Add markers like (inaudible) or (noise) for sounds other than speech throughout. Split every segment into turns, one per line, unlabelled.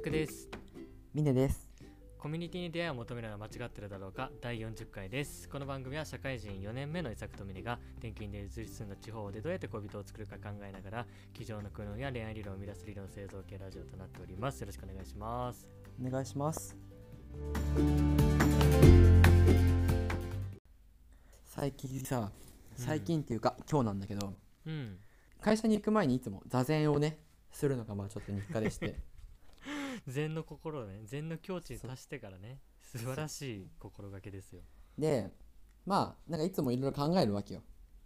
クです
ミネです。
コミュニティに出会いを求めるのは間違ってるだろうか第40回ですこの番組は社会人4年目の伊作とミネが転勤で移り住んだ地方でどうやって恋人を作るか考えながら机上の苦悩や恋愛理論を生み出す理論製造系ラジオとなっておりますよろしくお願いします
お願いします。最近さ、最近っていうか、今日なんだけど、
うん
会社に行く前にいつも座禅をね、するのがまあちょっと日課でして、
禅の心をね禅の境地に達してからね素晴らしい心がけですよ
で、まあなんかいつもいろいろ考えるわけよ。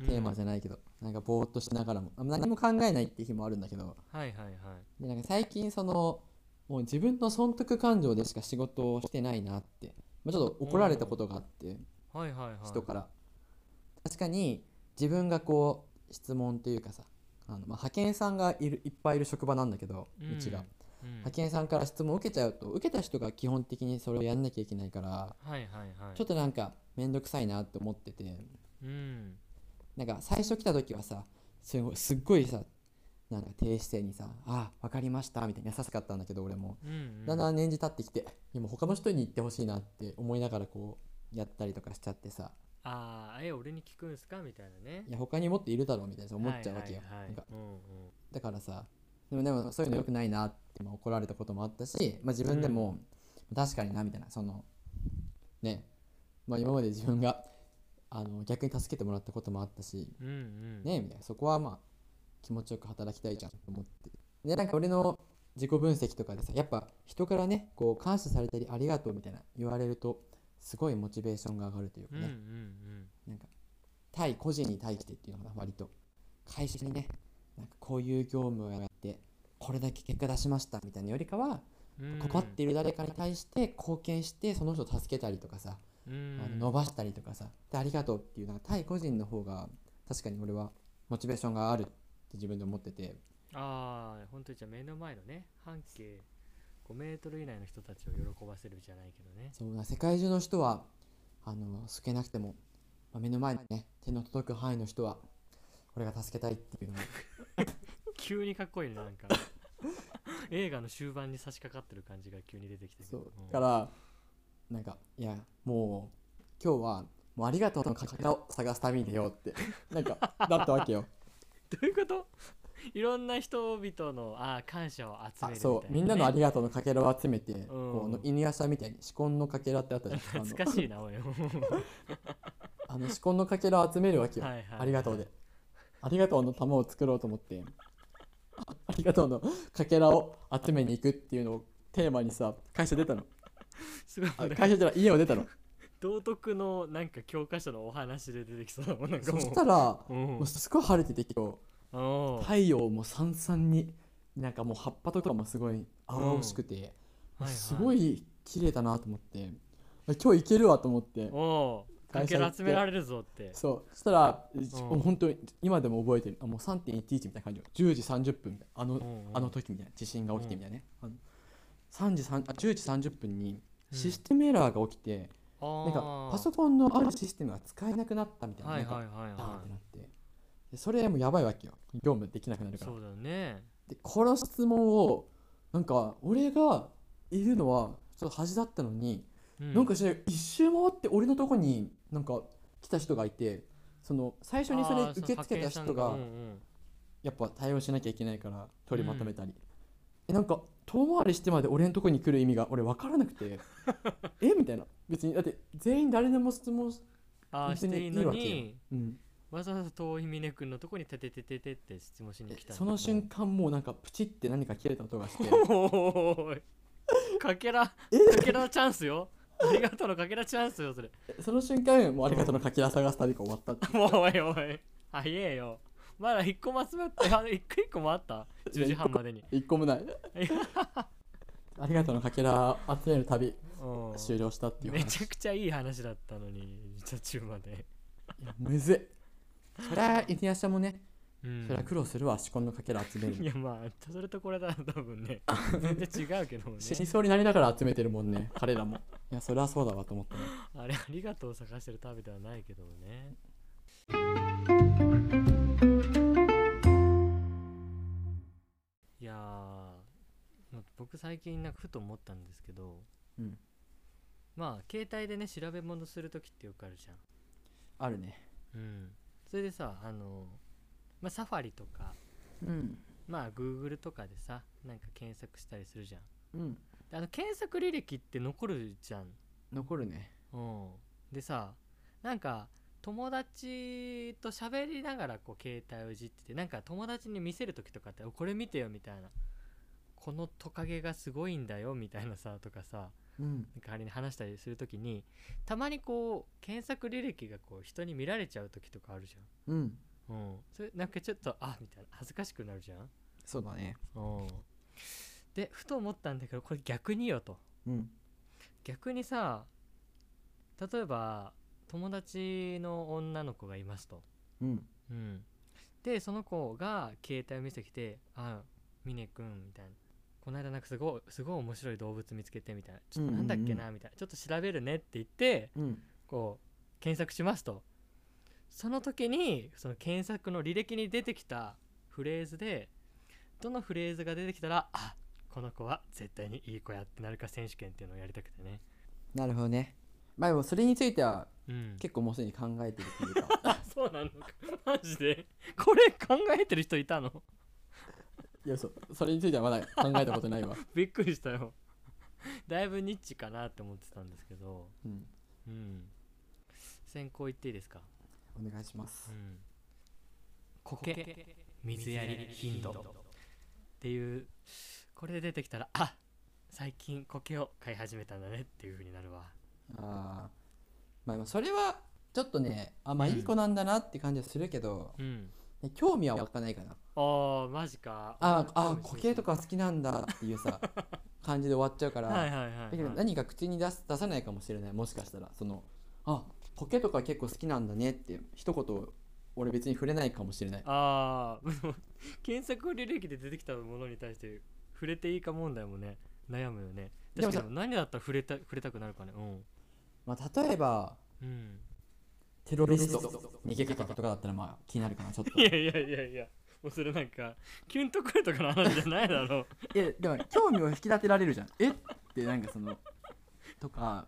テーマじ
ゃ、
ゃないけど、なんかぼーっとしながらも、あ何も考えないって日もあるんだけど、
うんはいはいはい
でなんか最近そのもう自分の損得感情でしか仕事をしてないなって、まあ、ちょっと怒られたことがあって。
はいはいはい
人から、確かに自分がこう質問というかさあの、まあ、派遣さんがいるいっぱいいる職場なんだけど、うちが、
うん
派遣さんから質問を受けちゃうと受けた人が基本的にそれをやんなきゃいけないから
はいはいはい
ちょっとなんか面倒くさいなって思ってて
うん
なんか最初来た時はさすごいすっごいさなんか低姿勢にさ「あ分かりました」みたいに優しかったんだけど俺も
うんうん
だんだん年次経ってきて今他の人に言ってほしいなって思いながらこうやったりとかしちゃってさ
ああえ俺に聞くんすかみたいなね
いや他にもっといるだろうみたいな思っちゃうわけよ、
はいはいはい
なんか
うんうん
だからさでもでもそういうの良くないなってまあ怒られたこともあったし、まあ、自分でも確かになみたいなそのね、まあ、今まで自分があの逆に助けてもらったこともあったし
うんうん
ねみたいなそこはまあ気持ちよく働きたいじゃんと思ってでなんか俺の自己分析とかでさやっぱ人からねこう感謝されたりありがとうみたいな言われるとすごいモチベーションが上がるというか
うん
ね、
うんうん
なんか対個人に対してっていうのが割と会社にねなんかこういう業務をやってこれだけ結果出しましたみたいなよりかは
うん
困っている誰かに対して貢献してその人を助けたりとかさ、
うん
あの伸ばしたりとかさでありがとうっていうなんか対個人の方が確かに俺はモチベーションがあるって自分で思ってて
ああ本当にじゃあ目の前のね半径5メートル以内の人たちを喜ばせるじゃないけどね
そうだ世界中の人はあの救けなくても、まあ目の前にね手の届く範囲の人は俺が助けたいっていうのを
急にかっこいいね
(laughs)
なんか映画の終盤に差し掛かってる感じが急に出てきて
そうだからなんかいやもう今日はもうありがとうのかけらを探すために出ようってなんかだったわけ
(laughs)
よ
どういうこといろんな人々のあー感謝を集め
あ
るみたいなね、
そうみんなのありがとうのかけらを集めて、
ん
この犬屋さんみたいに紫根のかけらってあったじゃん
(laughs) 懐かしいなおいは
あのあの紫根のかけらを集めるわけ
い
よ、
はい
ありがとうでありがとうの玉を作ろうと思って (laughs) あありがとうのかけらを集めに行くっていうのをテーマにさ会社出たの
すごい
あ会社じゃない家を出たの
道徳のなんか教科書のお話で出てき (laughs) そうだもんなんか
そ
もう
したら
うん
もうすごい晴れてて今日
おー
太陽もさんさんになんかもう葉っぱとかもすごい青々しくて、
うん
す
は
ご
い
い綺麗だなと思って、あ今日行けるわと思って
おーか
会
け
社行
ら
って
集められるぞって
そうそしたら、
ん
本当に今でも覚えてるあもう3.11みたいな感じ10時30分みたいなあ
う
の、
んうん
あの時みたいな地震が起きてみたいなね、あの3時3あ10時30分に
うん
システムエラーが起きて、なんかパソコンのあるシステムが使えなくなったみたいな,、
はい
なん
はい
か
はい
バーンっ
は
てなってでそれもやばいわけよ業務できなくなる
い
から
そうだよね
でこの質問をなんか俺がいるのはちょっと恥だったのに、なんかしら一周回って俺のとこになんか来た人がいてその最初にそれ受け付けた人がやっぱ対応しなきゃいけないから取りまとめたり、えなんか遠回りしてまで俺のとこに来る意味が俺分からなく (laughs) てえみたいな別にだって全員誰でも質問し
ああー
別
して
に
いい
いい
の
わけよ
に
うん、
わざわざ遠い峰君のとこにてててててって質問しに
え
来たんだ
その瞬間もうなんかプチって何か切れた音がして (laughs)
おーいかけらかけらチャンスよありがとうのかけらチャンスよそれ
その瞬間もうありがとうのかけら探す旅が終わったって
もうおいおい早えよまだ一個も集まってあ一個一個もあった10時半ま
(laughs)
でに
一個もないありがとうのかけら集める旅
うん
終了したっていう
めち
話
ゃくちゃいい話だったのに途中まで、
いやむずいそりゃ犬屋社もね
うん
そりゃ苦労するわ仕込んのかけら集める
い
の
やまあそれとこれだと多分ね全然違うけどもね
死にそうになりながら集めてるもんね彼らもいやそりゃそうだわと思ったね
あれありがとうを探してる旅ではないけどもねいやーまあ僕最近なんかふと思ったんですけど、
うん
まあ携帯でね調べ物する時ってよくあるじゃん
あるね
うん、それでさあの、まあ、サファリとか
うん
まあ Google とかでさなんか検索したりするじゃん
うん
であの検索履歴って残るじゃん、
残るね
うん、でさなんか友達と喋りながらこう携帯をいじっててなんか友達に見せる時とかってお「これ見てよ」みたいな「このトカゲがすごいんだよ」みたいなさとかさ
うん
なんか仮に話したりする時にたまにこう検索履歴がこう人に見られちゃう時とかあるじゃん
うん
うん、それなんかちょっとあみたいな恥ずかしくなるじゃん、
そうだね
うん、でふと思ったんだけどこれ逆によと
うん
逆にさ例えば友達の女の子がいますと、
うん
うん、でその子が携帯を見せてきて「あ峰君」みたいな「この間なんかすごいすごい面白い動物見つけて」みたいな「ちょっとなんだっけ
うんうん
な」みたいな「ちょっと調べるね」って言って
うん
こう検索しますとその時にその検索の履歴に出てきたフレーズでどのフレーズが出てきたらあこの子は絶対にいい子やってなるか選手権っていうのをやりたくてね
なるほどねまあでもそれについては
うん
結構もうすでに考えてるというか
あそうなのか (laughs) マジでこれ考えてる人いたの
(laughs) いやそそれについてはまだ考えたことないわ、
びっくりしたよだいぶニッチかなって思ってたんですけど
うん、
うん先行行っていいですか
お願いします
うん苔水やり頻度っていうこれで出てきたらあ最近苔を飼い始めたんだねっていう風になるわ
あーまあでもそれはちょっとねあまあいい子なんだなって感じはするけど、
うん
ね興味は湧かないかな
あーマジか
あーあ
興味津
ー
々
固形とか好きなんだっていうさ感じで終わっちゃうから、
はいはいはい、
だけど
はい
何か口に出す出さないかもしれないもしかしたらそのあコケとか結構好きなんだねって一言俺別に触れないかもしれない
あーでも検索履歴で出てきたものに対して触れていいか問題もね悩むよね
で
確
もさ
かに何だったら触れた触れたくなるかねうん
まあ例えば
うん
テロリスト逃げ方とかだったらまあ気になるかなちょっ
いやいやいやいやもうそれなんかキュンとくるとかの話じゃないだろう
といやでも興味を引き立てられるじゃんえってなんかそのとか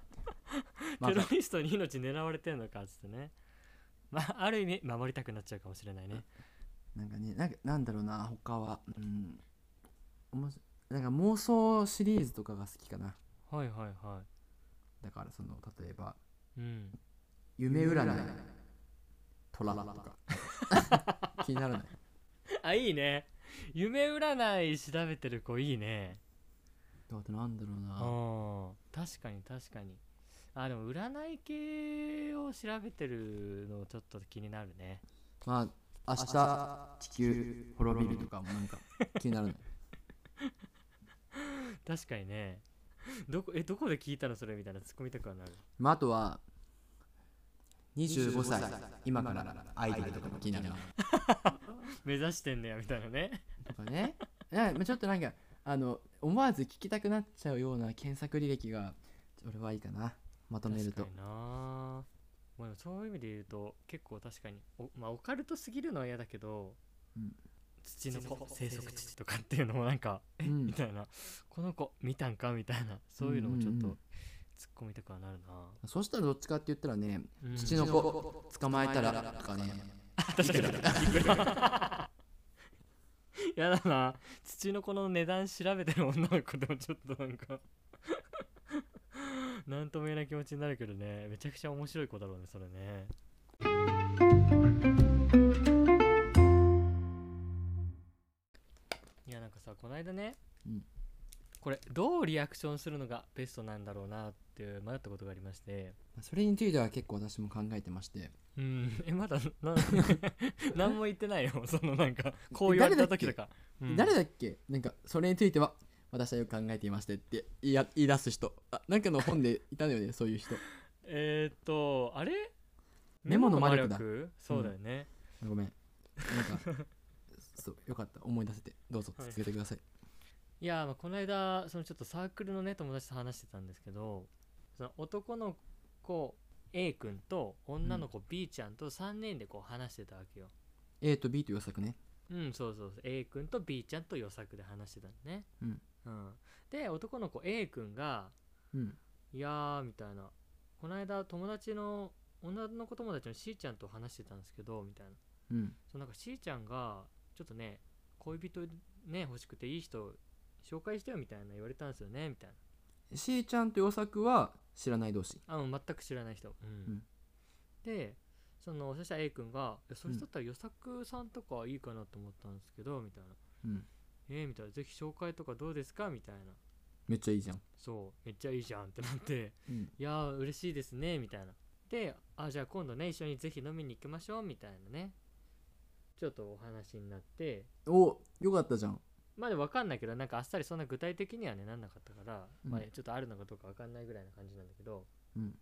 ま
テロ
あ
リストに命狙われてんのかっつってねまあある意味守りたくなっちゃうかもしれないね
なんかねなんかなんだろうな他はうんおもしなんか妄想シリーズとかが好きかな
はいはいは
だからその例えば
いうん
夢占いトララとか (laughs) 気にならない
(laughs) あいいね夢占い調べてる子いいね
あとなんだろう
う
な、
ん確かに確かにあでも占い系を調べてるのちょっと気になるね
まあ明日地球滅びるとかもなんか気になるね
確かにねどこえどこで聞いたのそれみたいなツッコみたくはなる
まああとは25歳今からアイドルとかも気になるな
目指してんねやみたいなね
とかねなんかまあちょっとなんかあの思わず聞きたくなっちゃうような検索履歴が俺はいいかなまとめると
確かになまあ、でもそういう意味で言うと結構確かにお、まあ、オカルトすぎるのは嫌だけど、
うん
土の子生息地とかっていうのもなんか、え
うん
みたいなこの子見たんかみたいなそういうのもちょっ
うんうん
と
うん
突っ込みたくはなるな、
そしたらどっちかって言ったらね
うん
土の子捕まえたらとかね
確かに (laughs) やだな土の子の値段調べてる女の子でもちょっとなんかなんとも言えない気持ちになるけどねめちゃくちゃ面白い子だろうねそれねいやなんかさこの間ね、
うん
これどうリアクションするのがベストなんだろうなって迷ったことがありまして
それについては結構私も考えてまして
うん、 (laughs) えまだな何も言ってないよ (laughs) そのなんかこう言われた時とかうん
誰だっけなんかそれについては私はよく考えていましてって言いや言い出す人あなんかの本でいたのよ (laughs) ねそういう人
えー、っとあれ
メモの魔力だ
力そうだよね、
ごめんなんかそうよかった思い出せてどうぞ
はい
続けてください、
いやー、まあ、この間そのちょっとサークルのね友達と話してたんですけどその男の子 A 君と女の子 B ちゃんと3人でこう話してたわけよ、
A と B という予作ね
うんそうそうそう A 君と B ちゃんと予作で話してたのね、
うん
うんで男の子 A 君が
うん
「いやー」みたいな「この間友達の女の子友達の C ちゃんと話してたんですけど」みたいな
うん
そうなんか C ちゃんがちょっとね恋人ね欲しくていい人紹介してよみたいな言われたんですよねみたいな
C ちゃんと予作は知らない同士
あもう全く知らない人、うん
ん
でそのそしたら A 君が「いやそれだったら与作さんとかいいかなと思ったんですけど」みたいな
うん
「えー、みたいな「ぜひ紹介とかどうですか?」みたいな
めっちゃいいじゃん
「そうめっちゃいいじゃん」ってなって
うん
「いやー嬉しいですね」みたいなで「あじゃあ今度ね一緒にぜひ飲みに行きましょう」みたいなねちょっとお話になって
およかったじゃん
まあでも分かんないけどなんかあっさりそんな具体的にはねなんなかったから、
うん
まあちょっとあるのかどうか分かんないぐらいな感じなんだけど
うん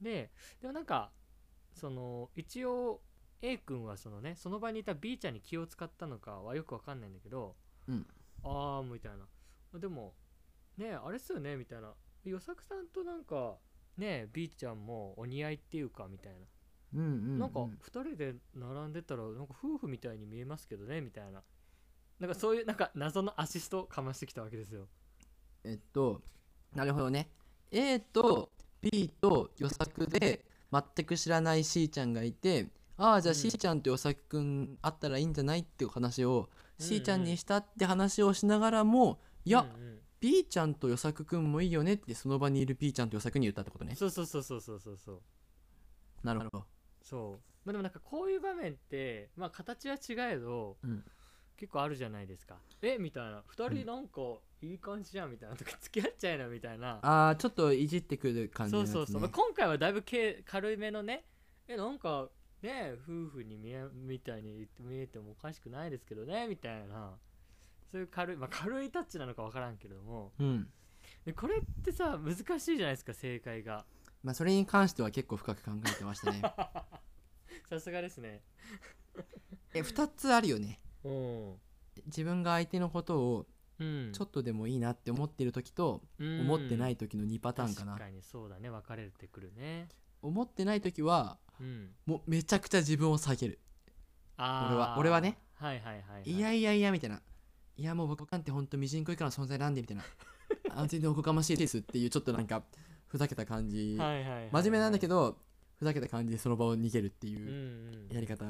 ででもなんかその一応 A 君はそのねその場にいた B ちゃんに気を使ったのかはよく分かんないんだけど、
うん
ああみたいなでもねえあれっすよねみたいな与作さんとなんかねえ B ちゃんもお似合いっていうかみたいな、
うんうん
なんか2人で並んでたらなんか夫婦みたいに見えますけどねみたいななんかそういうなんか謎のアシストをかましてきたわけですよ
えっとなるほどね A と B と予作で全く知らない C ちゃんがいてああじゃ
うん
あ C ちゃんと予作くん会ったらいいんじゃないっていう話を
うん
C ちゃんにしたって話をしながらもいや、
うんうん
B ちゃんと予作くんもいいよねってその場にいる B ちゃんと予作に言ったってことね
そうそうそうそうそうそうそう
なるほど
そうまあでもなんかこういう場面ってまあ形は違えど、
うん
結構あるじゃないですかえみたいな2人なんかいい感じじゃんみたいなとか付き合っちゃえなみたいな
ああちょっといじってくる感じの
そ
や
う
つ、
そう
ね、
そう、まあ今回はだいぶ軽軽いめのねえなんかね夫婦に見えみたいに見えてもおかしくないですけどねみたいなそういう軽い、まあ、軽いタッチなのか分からんけれども
うん
でこれってさ難しいじゃないですか正解
(laughs)
が
まあそれに関しては結構深く考えてました
(laughs)
ね
さすがですね
え2つあるよね
うん
自分が相手のことを
うん
ちょっとでもいいなって思ってる時と、思ってない時の2パターンかな
確かにそうだね分かれてくるね
思ってない時は
うん
もうめちゃくちゃ自分を下げる
あー
俺は俺はね
はいはいはい、はい、
いやいやいやみたいないやもう僕なんてほんとみじんこ以下の存在なんで
(laughs)
みたいなあ全然おこがましいですっていうちょっとなんかふざけた感じ、
はいはいはいはい
真面目なんだけ
ど、
どふざけた感じでその場を逃げるって
うん
いう
うん
やり方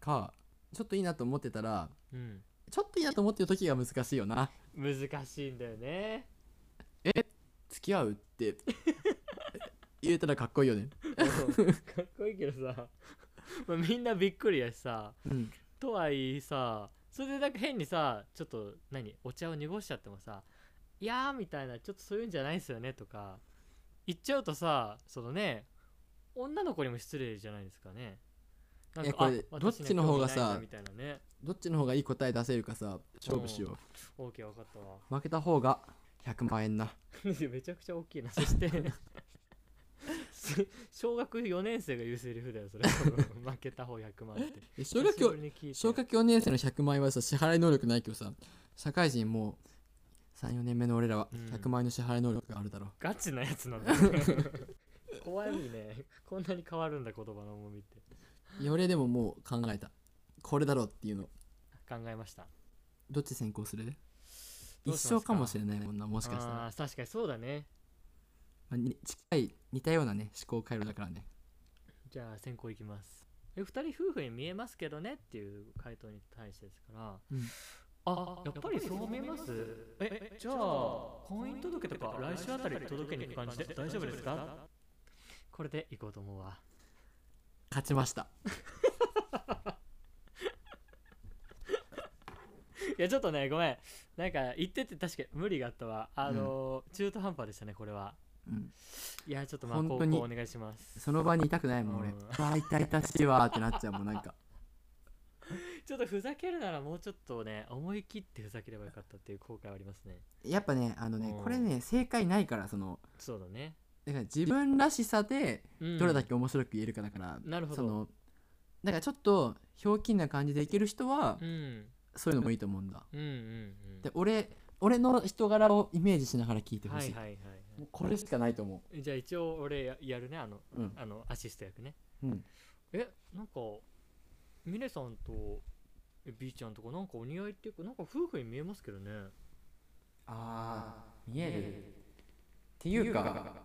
かちょっといいなと思ってたら
うん、
ちょっといいなと思ってる時が難しいよな
難しいんだよね
(laughs) 付き合うって (laughs) 言えたらかっこいいよね
かっこいいけどさ、まあ、みんなびっくりやしさ
うん
とはいえさそれでなんか変にさちょっと何お茶を濁しちゃってもさ「いやー」みたいなちょっとそういうんじゃないですよねとか言っちゃうとさそのね女の子にも失礼じゃないですかねなんか
いやこれ
あ私
どっちの方がさ
興味ないなみたいなね
どっちの方がいい答え出せるかさ勝負しよ
OK 分かったわ
う負けた方が100万円な
(laughs) めちゃくちゃ大きいなそして (laughs) す小学4年生が言うセリフだよそれ (laughs) 負けた方100万って
え小学校小学4年生の100万円はさ支払い能力ないけどさ社会人もう34年目の俺らは
うん
100万円の支払い能力があるだろう、
ガチなやつ (laughs) なんだ怖いねこんなに変わるんだ言葉の重みって
いや俺でももう考えたこれだろうっていうの
考えました
どっち先行する
どうしま
一
すか
生かもしれないもんなもしかしたら
あー確かにそうだね
まあに近い似たようなね思考回路だからね
じゃあ先行いきますえ2人夫婦に見えますけどねっていう回答に対してですから、
うん
あやっぱりそう見えますえじゃあ婚姻届とか来週あたり届けに行く感じで大丈夫ですかこれで行こうと思うわ
勝ちました
いやちょっとねごめんなんか言ってて確かに無理があったわあのー中途半端でしたねこれは
うん
いやちょっとまあ
本
高
当に
校お願いします
その場にいたくないもん俺
うん
うわ痛々しいわーってなっちゃうもんなんか
ちょっとふざけるならもうちょっとね思い切ってふざければよかったっていう後悔はありますね
やっぱねあのね
うん
これね正解ないからその
そうだね、
だから自分らしさで
うん
どれだけ面白く言えるかだから、
なるほど
そのだからちょっとひょうきんな感じでいける人は、
うん
そういうのもいいと思うんだ、
うんうんうん
で俺俺の人柄をイメージしながら聞いてほ
はい
しい、
はいはいは
もうこれしかないと思
いじゃあ一応俺ややるねあの
ううん
あのアシスト役ね
うん
えなんかミネさんとえ B ちゃんとかなんかお似合いっていうかなんか夫婦に見えますけどね (laughs)
あー見えるっていうか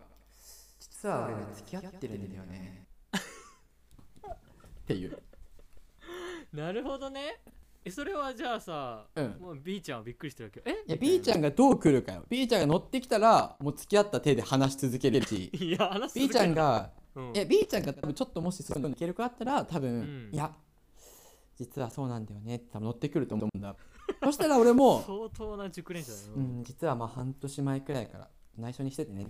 実は俺付き合ってるんだよ
(laughs)
ねっていう
なるほどねえそれはじゃあさ、
うん
もう B ちゃんはびっくりしてるわけよえ
いや B ちゃんがどう来るかよ B ちゃんが乗ってきたらもう付き合った手で話し続ける
(laughs)
し
いや話
B ちゃんが
うん
いや B ちゃんが多分ちょっともしそういうのけるかあったら多分、
うん
いや実はそうなんだよねって多分乗ってくると思うんだそしたら
(laughs)
俺も
相当な熟練者だよ、
うん、実はまあ半年前くらいから内緒にしててねっ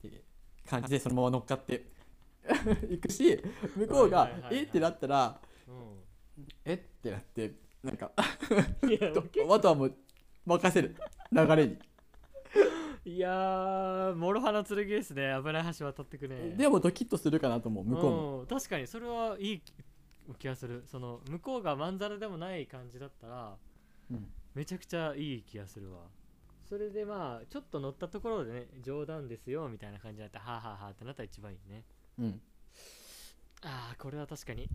ていう感じでそのまま乗っかって (laughs) いくし向こうが
はいはいはいはい
「えっ?」てなったら
う
「えっ?」てなってなんか
ん、 (laughs) いや
どあとはもう任せる流れに、
いやー諸刃の剣ですね危ない橋渡ってくね
でもドキッとするかなと思う向こうも、
うん確かにそれはいい気がするその向こうがまんざらでもない感じだったら
うん
めちゃくちゃいい気がするわそれでまあちょっと乗ったところでね冗談ですよみたいな感じだったらはあはあはあってなったら一番いいね
うん
あーこれは確かに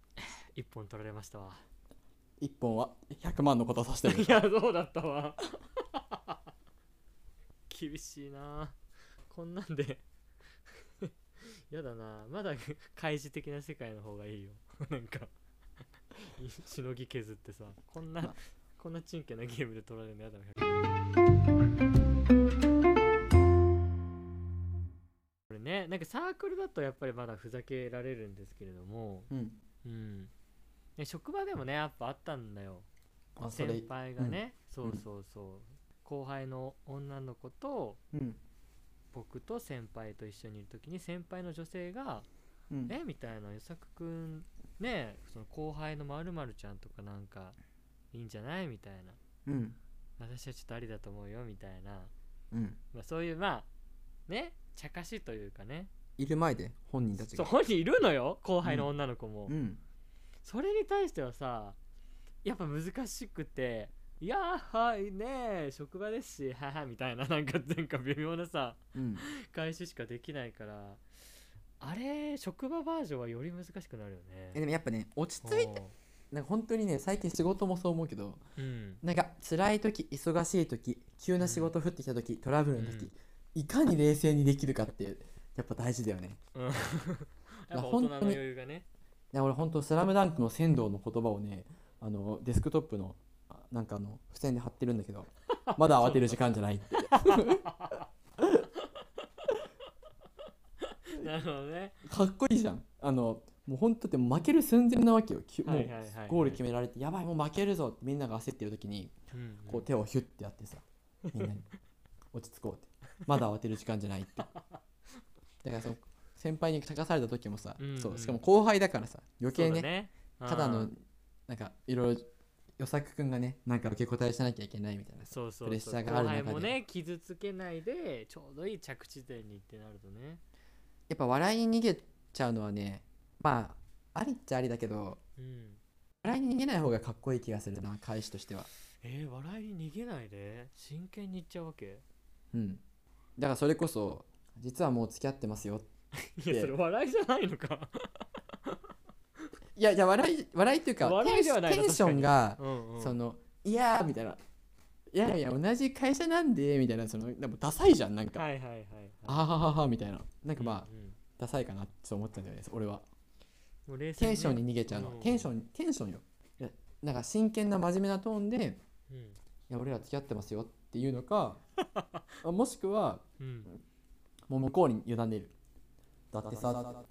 (laughs) 一本取られましたわ
一本は100万のことさせてる
いやそうだったわ (laughs) 厳しいなこんなんで (laughs) やだなまだ開示的な世界の方がいいよ (laughs) なんかいしのぎ削ってさこんな
ま
こんなチンケなゲームで取られるのやだなこれねなんかサークルだとやっぱりまだふざけられるんですけれども
うん
うんね職場でもねやっぱあったんだよ
あそれ
先輩がね、そううんそうそう、後輩の女の子と
うん
僕と先輩と一緒にいる時に先輩の女性が
うん
「えみたいな「与作くんねその後輩のまるちゃんとかなんかいいんじゃない?」みたいな
うん
「私はちょっとありだと思うよ」みたいな、
うん
まあ、そういうまあね茶化しというかね
いる前で本人たち
そう
が
本人いるのよ後輩の女の子も、
うん
それに対してはさやっぱ難しくて「いやーはいねー職場ですしはは」みたいななんかなんか微妙なさ
うん
返ししかできないからあれ職場バージョンはより難しくなるよ
え
ね。
でもやっぱね落ち着いてなんか本当にね最近仕事もそう思うけど
うん、
なんか辛い時忙しい時急な仕事降ってきた時、トラブルの時、
うん
いかに冷静にできるかってやっぱ大事だよね (laughs)
うんやっぱ大人
本
の
当に
余裕がね。
いや俺本当スラムダンクの仙道の言葉をねあのデスクトップのあなんかあの付箋で貼ってるんだ (laughs) けどまだ慌てる時間じゃないって
なるほどね。
かっこいいじゃんあのもう本当って負ける寸前なわけよきも
は
う
いはいはいはい
ゴール決められてやばいもう負けるぞってみんなが焦ってる時に
うんうん
こう手をヒュッてやってさみんなに落ち着こうってまだ慌てる時間じゃな
(laughs)
いってだからその先輩に茶化された時もさ、
うんうん
そうしかも後輩だからさ余計
そう
ね
だね
ただ
う
の
ん
なんかいろいろ与作くんがねなんか受け答えしなきゃいけないみたいなさ
そうそうそう
プレッシャーがある中で
後輩もね傷つけないでちょうどいい着地点にってなるとね。
やっぱ笑いに逃げちゃうのはねまあありっちゃありだけど
うん、
笑いに逃げない方がかっこいい気がするな返しとしては
えー、笑いに逃げないで真剣にいっちゃうわけ
うんだからそれこそ実はもう付き合ってますよ
いや、
で
それ笑いじゃないのか。
いやいや笑い笑いっていうか
笑いではないな
テンシテンションが
うんうん。
その「いやー」みたいな「いやいや同じ会社なんで」みたいなそのでもダサいじゃんなんか「
はいはいはいはい。
あはははは」みたいななんかまあ、
うんうん
ダサいかなって思ったんだよね俺は
もう冷静
テ
に
ン
ね
ションに逃げちゃうの、
うん
テンションにテンションよいやなんか真剣な真面目なトーンで「
うん
いや俺ら付き合ってますよ」っていうの (laughs) かあもしくは
うん。
もう向こうに委ねるだってさ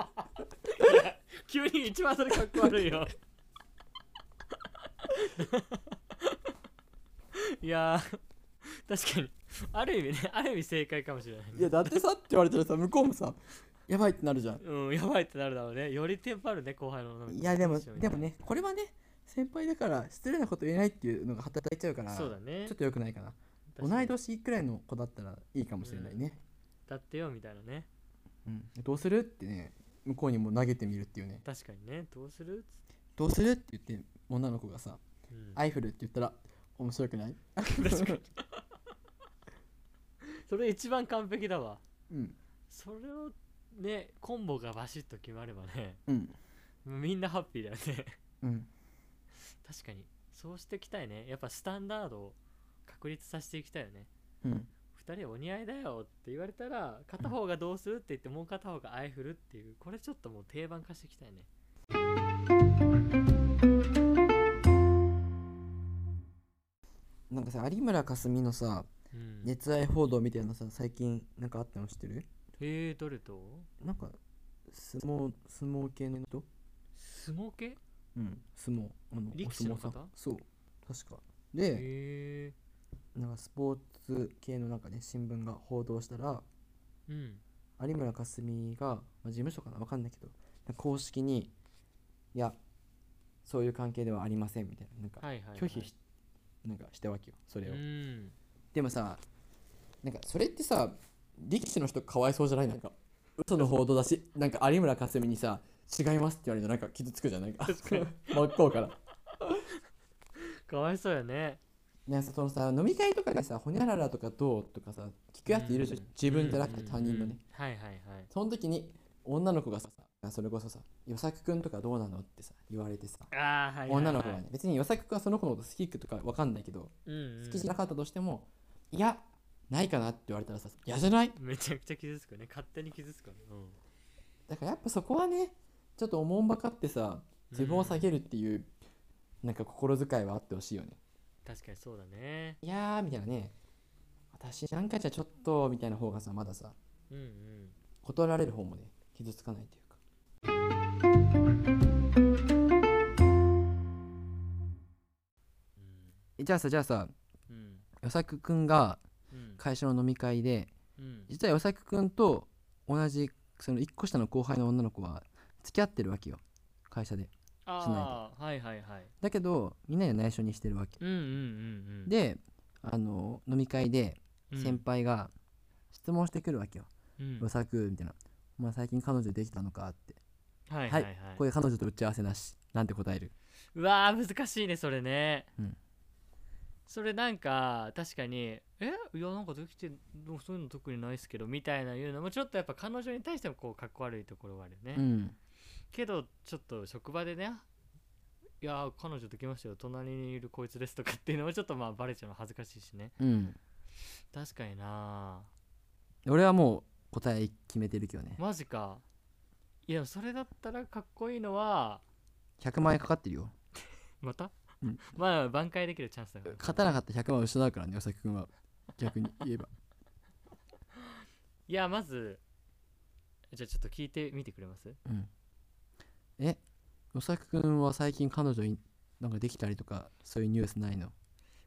(laughs)
急に一番それかっこ悪
(laughs)
いよ。いやー、確かに。ある意味ね、ある意味正解かもしれないね、
いやだってさって言われたらさ向こうもさやばいってなるじゃん
うん、やばいってなるだろうね。よりテンパるね、後輩の女の子
いやでも
テンションに
でも。ねこれはね先輩だから失礼なこと言えないっていうのが働いちゃうから
そうだね
ちょっ。と良くないかな同
確か
い
に
年くらいの子だったらいいかもしれないね、
だってよ、みたいなね。
うんどうするってね向こうにも投げてみるっていうね
確かにね、どうする
どうするって言って女の子がさ
うん
「アイフル」って言ったら面白くない
確かにそれ一番完璧だわ。
(laughs) うん
それをねコンボがバシッと決まればね
うん
みんなハッピーだよね
うん
確かにそうしていきたいねやっぱスタンダードを確立させていきたいよね
うん
2人お似合いだよって言われたら片方がどうするって言ってもう片方があえふるっていうこれちょっともう定番化していきたいね
なんかさ有村架純のさ
うんへ
熱愛報道みたいなさ最近なんかあったの知ってる
えどれと
なんか相撲相撲系の人
相撲系へ
うん相撲あの
力
お
士
相
の
撲さん
方
そう確かで
え
なんかスポーツ系のなんかね新聞が報道したら
うん
有村架純が、まあ、事務所かなわかんないけどなんか公式にいやそういう関係ではありませんみたいななんか
はいはい、はい、
拒否し,、なんかしたわけよそれを、
うん
でもさなんかそれってさ力士の人かわいそうじゃないなんか嘘の報道だしなんか有村架純にさ違いますって言われるとなんか傷つくじゃんないか
確かに
真っ向から
かわいそうやね
ねそのさ飲み会とかでさほにゃららとかどうとかさ聞くやついるじゃん、
うん
自分じゃなくて
うん
他人のね、
うんはいはいはい
その時に女の子がさそれこそさ与作くんとかどうなのってさ言われてさ
ああはいはい、はい、
女の子がね別に与作くんはその子のこと好きとかわかんないけど
うん、う
好
ん、
きじゃなかったとしてもいやないかなって言われたらさ嫌じゃない
めちゃくちゃ傷つくね勝手に傷つくね、うん、
だからやっぱそこはねちょっとおもんばかってさ自分を下げるっていう、なんか心遣いはあってほしいよね
確かにそうだね
いやーみたいなね私なんかじゃちょっとみたいな方がさまださ
うんうん
断られる方もね傷つかないというか
うん
えじゃあさじゃあさ
うん
与作くんが
うん
会社の飲み会で
うん
実は与作くんと同じその1個下の後輩の女の子は付き合ってるわけよ会社で
ああはいはいはい
だけどみんなには内緒にしてるわけ
うんうんうんうん
であの飲み会で
うん
先輩が質問してくるわけよ
うん
「与作、みたいな「お前最近彼女できたのか?」って
はい
「
は
はいい、
はい
これ彼女と打ち合わせなし」なんて答える
うわー難しいねそれね
うん
それなんか確かに「えいやなんかできてどうそういうの特にないっすけど」みたいな言うのもちょっとやっぱ彼女に対してもこうかっこ悪いところはあるよね、
うん
けどちょっと職場でね「いやー彼女できましたよ隣にいるこいつです」とかっていうのもちょっとまあバレちゃうの恥ずかしいしね
うん
確かにな
俺はもう答え決めてるけどね
マジかいやそれだったらかっこいいのは
100万円かかってるよ
また、
うん
まあ挽回できるチャンスだから
勝たなかったら100万失うからね与作くんは逆に言えば
(laughs) いやまずじゃあちょっと聞いてみてくれます
うんえ与作くんは最近彼女になんかできたりとかそういうニュースないの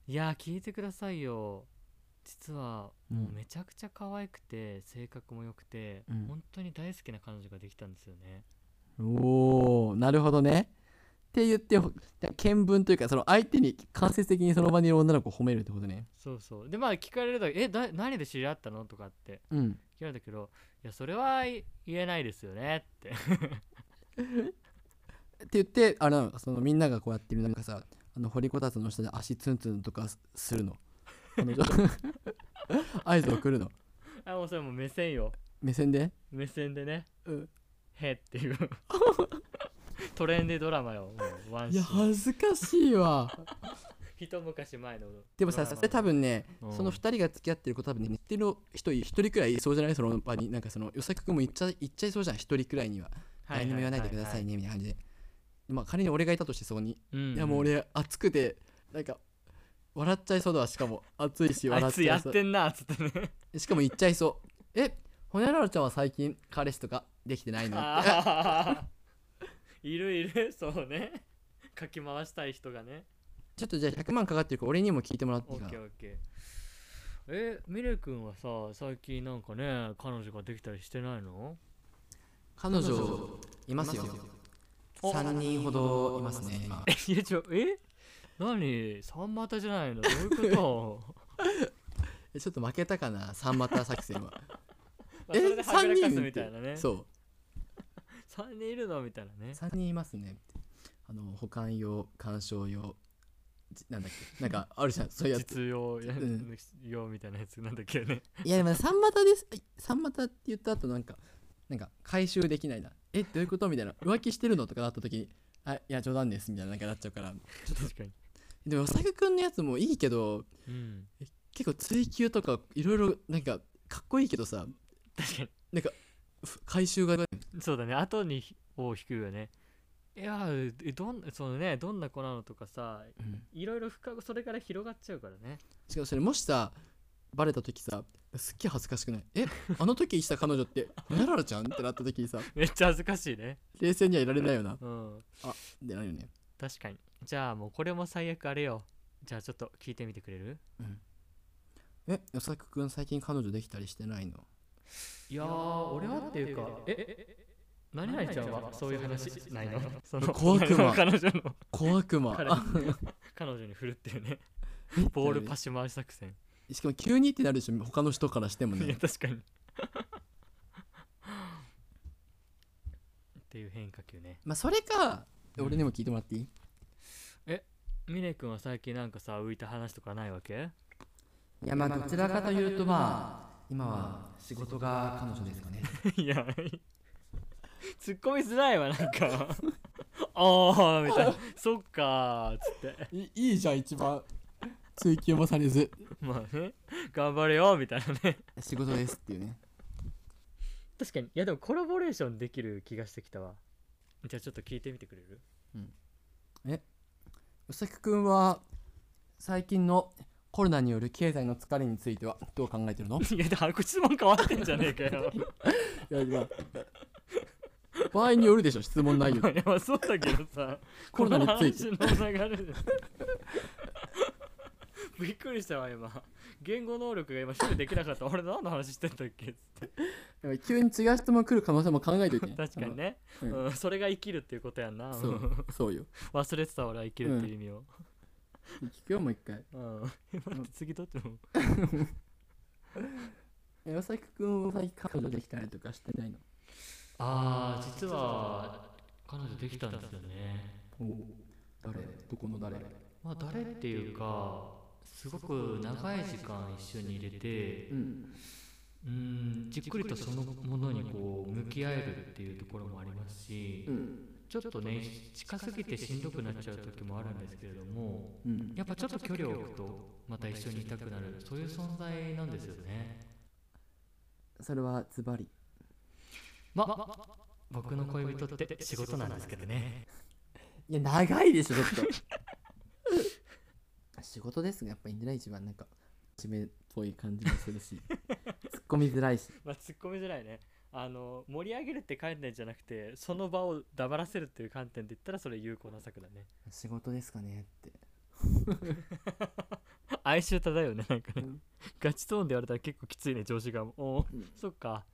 いやー聞いてくださいよ実は
うん
もうめちゃくちゃ可愛くて性格も良くて、
うん
本当に大好きな彼女ができたんですよね
おおなるほどねって言ってほじゃあ見聞というかその相手に間接的にその場にいる女の子を褒めるってことね
そうそうでまあ聞かれるだけ「えだ何で知り合ったの?」とかって
うん
聞かれたけど「いやそれは言えないですよね」って
って言ってあれなのそのみんながこうやってるなんかさあの掘りこたつの下で足ツンツンとかすするの
(laughs)
彼女合図送るの
(laughs) あもうそれもう目線よ
目線で
目線でね
うん
「へ」って (laughs) いうトレンディドラマよもうワン
い
シ
や
ーン
恥ずかしいわ
一昔前の
でもさ、
ド
そ
ラマ
れ多分ね、
うん
その2人が付き合ってる子多分ね、知ってる人い一人くらいいそうじゃないその場に、なんかその、与作君も行っちゃ行っちゃいそうじゃん、一人くらいには。
はい
何にも言わないでくだ
は
さ
はい
ね、みたいな感じで。まあ、仮に俺がいたとして、そこに。
うんうん
いや、もう俺、熱くて、なんか、笑っちゃいそうだわ、しかも。熱いし、
あい
笑っ
つ
ちゃ
や
い
っ
そう。
てんなっつって (laughs) ね
しかも行っちゃいそう。え、ほにゃららちゃんは最近、彼氏とかできてないの
あーいるいるそうねかき回したい人がね
ちょっとじゃあ100万かかってるから、俺にも聞いてもらってい
オ
い
ッ
か
ケ
な
ーオッケーえミレ君はさ最近なんかね彼女ができたりしてないの
彼女、いますよ。
お
3人ほどいますね、
(laughs)
今。
いやちょえ何三股じゃないのどういうこと
(laughs) えちょっと負けたかな三股作戦は
(laughs) まあそれではぐらかすみたいな
って
ね
そ
3人いるのみたいなね
う3人いますねってあの保管用鑑賞用じなんだっ
(laughs)
けなんかあるじゃんそういうやつ
実用や
うん
用みたいなやつなんだっけ
(laughs)
ね
いやでも三股ですはい三股って言った後なんかなんか回収できないなえどういうことみたいな浮気してるのとかなった時にあいや冗談ですみたいななんかなっちゃうからちょっと
確かに
でも浅く君のやつもいいけど
うん
結構追求とかいろいろなんかかっこいいけどさ
確か
ふ回収が
にそうだね後にを引くよねいやーえどんそのねどんな子なのとかさ
うん
いろいろ深くそれから広がっちゃうからね
しかもそれもしさバレた時さすっげえ恥ずかしくないえあの時した彼女ってほにゃららちゃんってなった時にさ
めっちゃ恥ずかしいね
冷静にはいられないよなっ
うん
てなるよね
確かにじゃあもうこれも最悪あれよじゃあちょっと聞いてみてくれる
え与く君最近彼女できたりしてないの
いやー俺はっていうかえ何々ちゃんはそういう話ないのその
小悪魔
彼女の
小悪
(laughs)
魔
彼
あ
に (laughs) 彼女に振るっていうねボールパス回し作戦
しかも急にってなるでしょ他の人からしても
いや
ね
確かにっていう変化球ね
まあそれか
うん
俺にも聞いてもらっていい
峰君は最近なんかさ浮いた話とかないわけ
いやまあどちらかというとまあ今は仕事が彼女ですかね
いや突っ込みづらいわなんか (laughs) ああみたいなそっかーっつって
いいいじゃん一番追求もされず
まあね頑張れよみたいなね
仕事ですっていうね
確かにいやでもコラボレーションできる気がしてきたわじゃあちょっと聞いてみてくれる
与作君は最近のコロナによる経済の疲れについてはどう考えてるの
(laughs) いやだから質問変わってんじゃねえかよ
いや、まあ、場合によるでしょ質問 (laughs) 内容
いやまあそうだけどさ
コロナについて
この話の流れでびっくりしたわ今言語能力が今処理できなかった俺何の話してんだっけ
やばい急に違う質問来る可能性も考えておいてね
確かにね、
う
うんんそれが生きるっていうことやんな
あのそう
うん
そうよ
忘れてた俺は生きるっていう意味を、
聞くよもう一回
うん (laughs) 待って次どっちも
え与作君は最近彼女できたりとかしてないの
ああ実は彼女できたんですよね
誰どこの誰
まあ誰っていうかすごく長い時間一緒に入れて
うん
うんじっくりとそのものにこう向き合えるっていうところもありますし
うん
ちょっとね近すぎてしんどくなっちゃう時もあるんですけれども
うん
やっぱちょっと距離を置くとまた一緒にいたくなるそういう存在なんですよね
それはズバリ
まま僕の恋人って仕事なんですけどね
いや長いでしょちょっと (laughs) 仕事ですがやっぱインデラ一番なんか真面目っぽい感じもするし突っ込みづらいし
まあ突っ込みづらいねあの盛り上げるって観点じゃなくてその場を黙らせるっていう観点で言ったらそれ有効な策だね (laughs)
仕事ですかねって
哀愁漂うねなんかね、
うん
ガチトーンで言われたら結構きついね上司がおお、
うん
そっか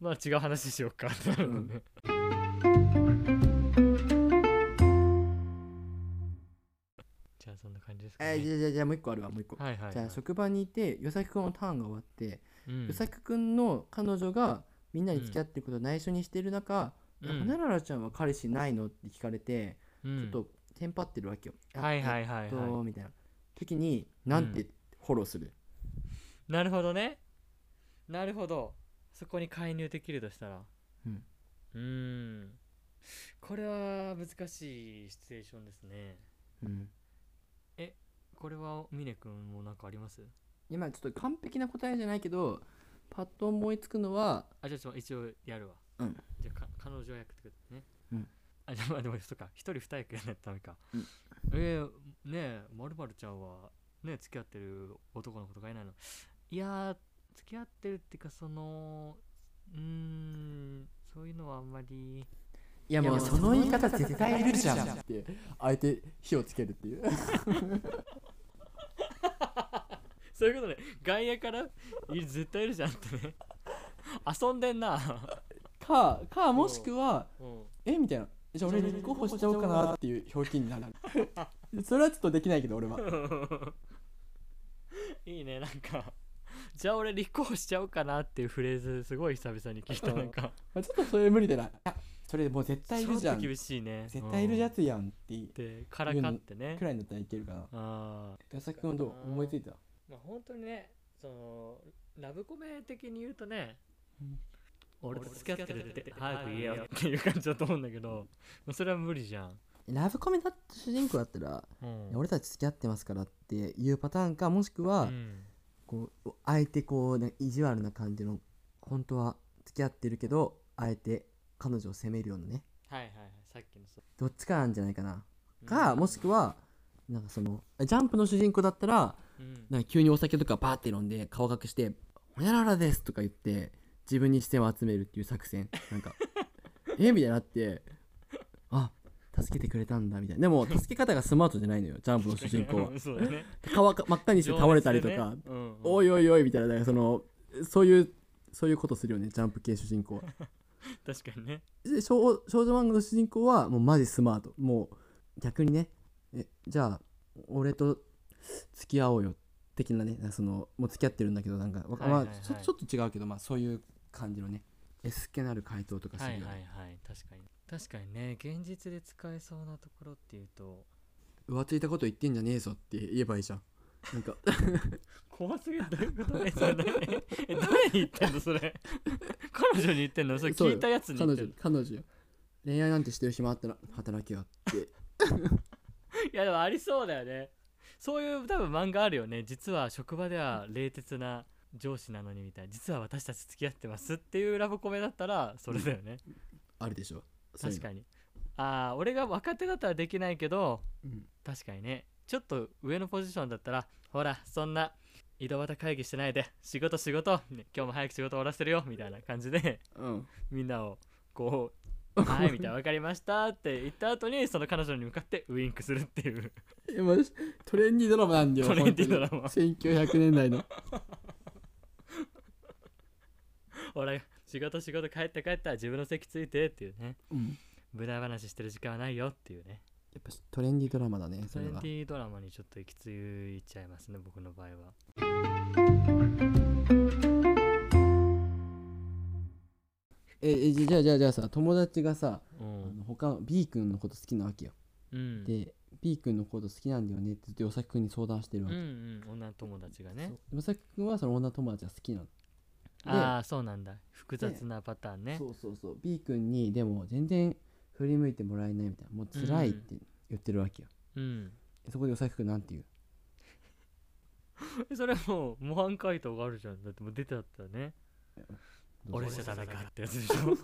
まあ違う話しようかってなるもんね、じゃあそんな感じですか、ね
えーじゃあじゃあじゃあもう一個あるわもう一個、
はいはい、はい、
じゃあ職場にいて与作くんのターンが終わって
うん
与作くんの彼女がみんなに付き合ってることを内緒にしてる中、
うん
ほなららちゃんは彼氏ないのって聞かれて、
うん
ちょっとテンパってるわけよ、
はいはいいはいはい、
どうみたいな時になんてフォローする、
なるほどねなるほどそこに介入できるとしたら
うん
うーんこれは難しいシチュエーションですね
うん
これは峰君もなんかあります
今ちょっと完璧な答えじゃないけどパッと思いつくのは
あじゃあちょっと一応やるわ、
うん
じゃあか彼女役ってことね、
うん
あじゃあまあでもそっか一人二役やらないとダメか、
うん
えー、ねえまるまるちゃんはね付き合ってる男の子とかいないのいやー付き合ってるっていうかそのうーんそういうのはあんまり
いや
もうその言い方絶対いるじゃん
ってあえて火をつけるっていう
そういうことね外野からい絶対いるじゃんってね遊んでんな、
(laughs) かかもしくは
うん、
えみたいなじゃあ俺立候補しちゃおうかなっていう表記になる (laughs) それはちょっとできないけど俺は
いいねなんかじゃあ俺立候補しちゃおうかなっていうフレーズすごい久々に聞いた
うん
なんか
まあちょっとそれ無理だないやそれもう絶対い
ちょ
る
っ
じゃ
と
ん
厳しいね
絶対いるや
っ
つやんっていう
てからかってね
くらいだったらいけるかな
あー
矢崎君はどう思いついた
まあ本当にねそのラブコメ的に言うとね
うん
俺と付き合ってるって早く言えよっていう感じだと思うんだけどまあそれは無理じゃん
ラブコメだって主人公だったら、
うん
俺たち付き合ってますからっていうパターンかもしくは、
うん
こうあえてこうなんか意地悪な感じの本当は付き合ってるけどあえて彼女を責めるようなね
はいはいはいさっきのそ
どっちかなんじゃないかな
う
かもしくはなんかそのジャンプの主人公だったら
うん
なんか急にお酒とかバーって飲んで顔隠して「ほにゃららです」とか言って自分に視線を集めるっていう作戦なんか (laughs) 「えみたいになって「あ助けてくれたんだ」みたいなでも助け方がスマートじゃないのよジャンプの主人公
(laughs)
は
そうだ
(laughs)
ね
顔が真っ赤にして倒れたりと
情
か
熱でねうんうん
おいおいおいみたいななんかそのそういうそういうことするよねジャンプ系主
(laughs)
人公は
確かにね
で少少女漫画の主人公はもうマジスマートもう逆にねえじゃあ俺と付き合おうよ的なねなんかそのもう付き合ってるんだけどなんか、
は
わ
いはいはい
まあちょちょっと違うけどまあそういう感じのねエスケなる回答とかす
は
る
い
よ
はい
ね、
はい確かに確かにね現実で使えそうなところっていうと
浮ついたこと言ってんじゃねえぞって言えばいいじゃんなんか
怖すぎるどういうことえそれ何え誰に言ってんのそ
(laughs)
れ彼女に言ってん (laughs) のそれ聞いたやつに言
彼
ってん
女
の
彼女よ恋愛なんてしてる暇あったら働けよって
いやでもありそうだよねそういう多分漫画あるよね実は職場では冷徹な上司なのにみたいな実は私たち付き合ってますっていうラブコメだったらそれだよね
あるでしょそういう
確か
の
にああ俺が若手だったらできないけど
うん
確かにねちょっと上のポジションだったらほらそんな井戸端会議してないで仕事仕事、ね今日も早く仕事終わらせるよみたいな感じで (laughs)
うん、
みんなをこ
(laughs)
う「はい」みたいな「分かりました」って言った後にその彼女に向かってウインクするっていう (laughs)
今トレンディードラマなんだよ
トレンディードラマ
本当に1900年代の
「ほら仕事仕事帰った帰った自分の席ついて」っていうね
うん
無駄話してる時間はないよっていうね
やっぱトレンディードラマだね
ト
そ
レ
れ
ン
は
ディードラマにちょっと行き着いちゃいますね僕の場合は
ええじゃあじゃあじゃあさ友達がさ、
う
あ
ん
の他の B 君のこと好きなわけよ、
うん
で B 君のこと好きなんだよねってずっと与崎君に相談してるわ
うん
け、
うん女友達がね
与崎君はその女友達が好きなの、で
ああそうなんだ複雑なパターンね
そうそうそう B 君にでも全然振り向いてもらえないみたいなもう辛いって言ってるわけよ、
うん
そこで与崎君なんて言う
それはもう模範解答があるじゃんだってもう出てあったよね
どう
俺
ぞ
じゃダメかってやつでしょ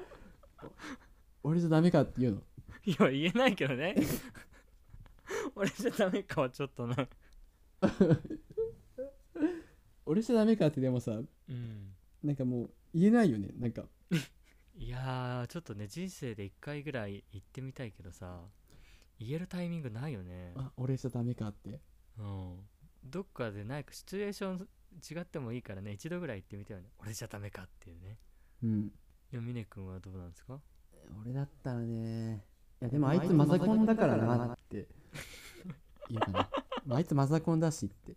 (laughs)
俺じゃダメかって言うの
いや言えないけどね (laughs) 俺じゃダメかはちょっとな
俺じゃダメかってでもさ
うん
なんかもう言えないよねなんか
いやーちょっとね人生で1回ぐらい行ってみたいけどさ言えるタイミングないよね
あ俺じゃダメかって
うんどっかでないかシチュエーション違ってもいいからね一度ぐらい行ってみたいよね俺じゃダメかっていうね
うん
いや峰君はどうなんですか
俺だったらねいやでもあ
あ
い
い
つ
つマ
マザ
ザ
コ
コ
ン
ン
だ
だ
か
からら
な
な
って言うかな、 (laughs) まあ、あいつマザコンだしってい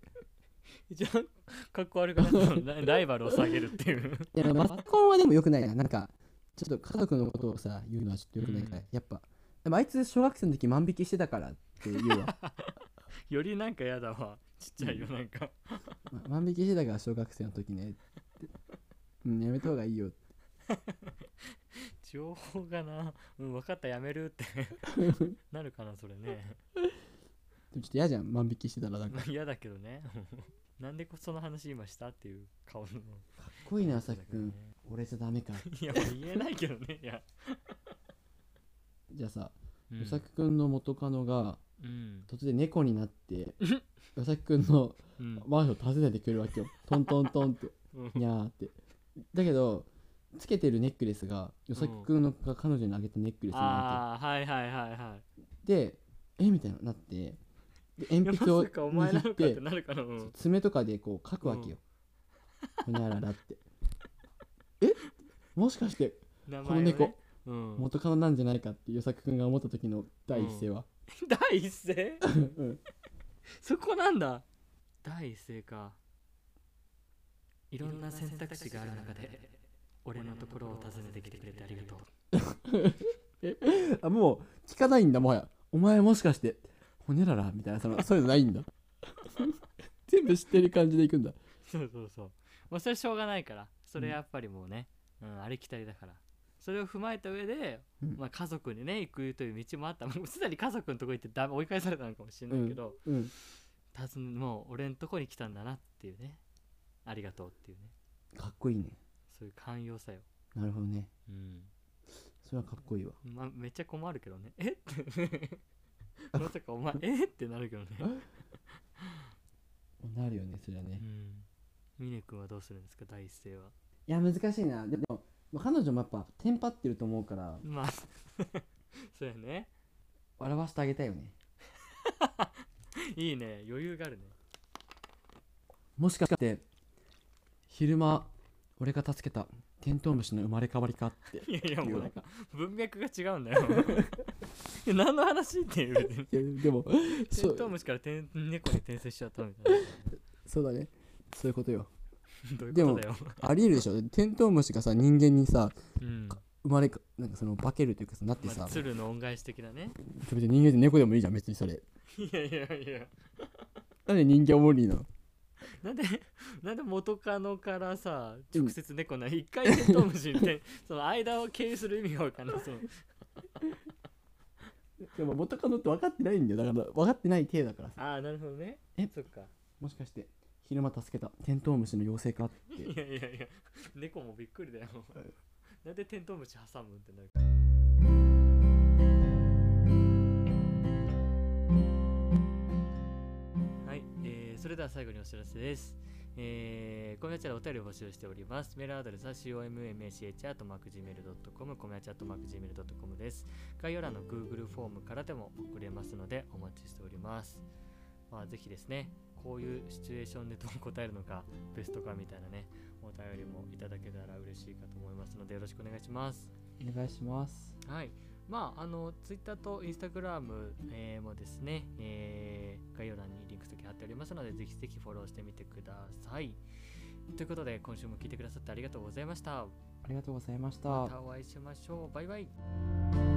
一番かっこ悪くなったのラライバルを下げるっていう (laughs)
やでもマザコンはでもよくないななんかちょっと家族のことをさ言うのはちょっとよくないから、
うん
やっぱでもあいつ小学生の時万引きしてたからって (laughs) 言うわ、
よりなんかやだわちっちゃいよなんか
ま万引きしてたから小学生の時ねってうんやめた方がいいよ
情報がな、うん、分かったやめるって (laughs) なるかなそれね
でもちょっと嫌じゃん万引きしてたらなんかか
まあ嫌だけどね (laughs) なんでこその話今したっていう顔の
っこいいなさっ
だけ
く
ど
ん
ね
俺じゃダメか
いやもう言えないけどねいや、
じゃあさ
う
与作くんの元カノが
うん
突然猫になって与作くんの
うん
マンション訪ねてくるわけよトントントンって
うん
にゃーってだけどつけてるネックレスが与作くんのが彼女にあげたネックレスな
あ
わ
あはいはいはいはい
けでえみたいななってで
いや
鉛
ま
筆を
さかお前なのか
握
っ
ってて
なるかな、うん、
爪とかでこう書くわけよほにゃららってえもしかして
名前
この猫
をねうん、
元カノなんじゃないかって与作くんが思った時の第一声は、
(laughs) 第一声
うん
そこなんだ第一声かいろんな選択肢がある中で俺のところを訪ねてきてくれてありがとう
あもう聞かないんだもはやお前もしかしてほにゃららみたいなそのそういうのないんだ (laughs) 全部知ってる感じでいくんだ
そうそうそうまあそれはしょうがないからそれやっぱりもうね、うんありきたりだからそれを踏まえた上で、
うん
まあ、家族にね行くという道もあったもうすでに家族のとこ行ってだ追い返されたのかもしれないけど、
うん
たずもう俺のとこに来たんだなっていうねありがとうっていうね
かっこいいね
そういう寛容さよ、
なるほどね
うん
それはかっこいいわ
まあ、めっちゃ困るけどねえ (laughs) ってまさかお前えってなるけどね、
なるよねそれは
う
ね
ん、峰君はどうするんですか第一声はい
や難しいなでもまあ彼女もやっぱテンパってると思うから
まあ (laughs) そうやね
笑わせてあげたいよね
いいね余裕があるね
もしかして昼間俺が助けたテントウムシの生まれ変わりかって
いやいやも
言う
う
わ
なんか文脈が違うんだよいや何の話っていう別に
いやでも
テ
そ
ントウ
う
ムシからてん猫に転生しちゃったみたいな
そうだねそういうことよ
どういうことだよ、
ありえるでしょテントウムシがさ人間にさ
うん
生まれかなんかその化けるというかさなって
ま
さ
あ、鶴の恩返し的なね
別に人間って猫でもいいじゃん別にそれ
いやいやいや
なんで人間オンリーなの
なんで (laughs) なんで元カノからさ直接猫ない一回テントウムシにて (laughs) その間を経由する意味が分かんないその
でも元カノって分かってないんだよだから分かってない体だからさ
ああなるほどね
え
そっか
(laughs) もしかして昼間助けたテントウムシの妖精かっ
い
て
やいやいや猫もびっくりだよなんでテントウムシ挟むんってなるはい、えーそれでは最後にお知らせですえー、コメアチャでお便りを募集しております。メールアドレスは comach.gmail.com、コメアチャ .gmail.com です。概要欄の Google フォームからでも送れますのでお待ちしております。まあ、ぜひですね、こういうシチュエーションでどう答えるのか、ベストかみたいなね、お便りもいただけたら嬉しいかと思いますのでよろしくお願いします。
お願いします
はい。まあ、あの、ツイッターとインスタグラム、えーもですね、えー概要欄にリンク先貼っておりますので、ぜひぜひフォローしてみてください。ということで、今週も聞いてくださってありがとうございました。
ありがとうございました
またお会いしましょう。バイバイ。
バイバイ。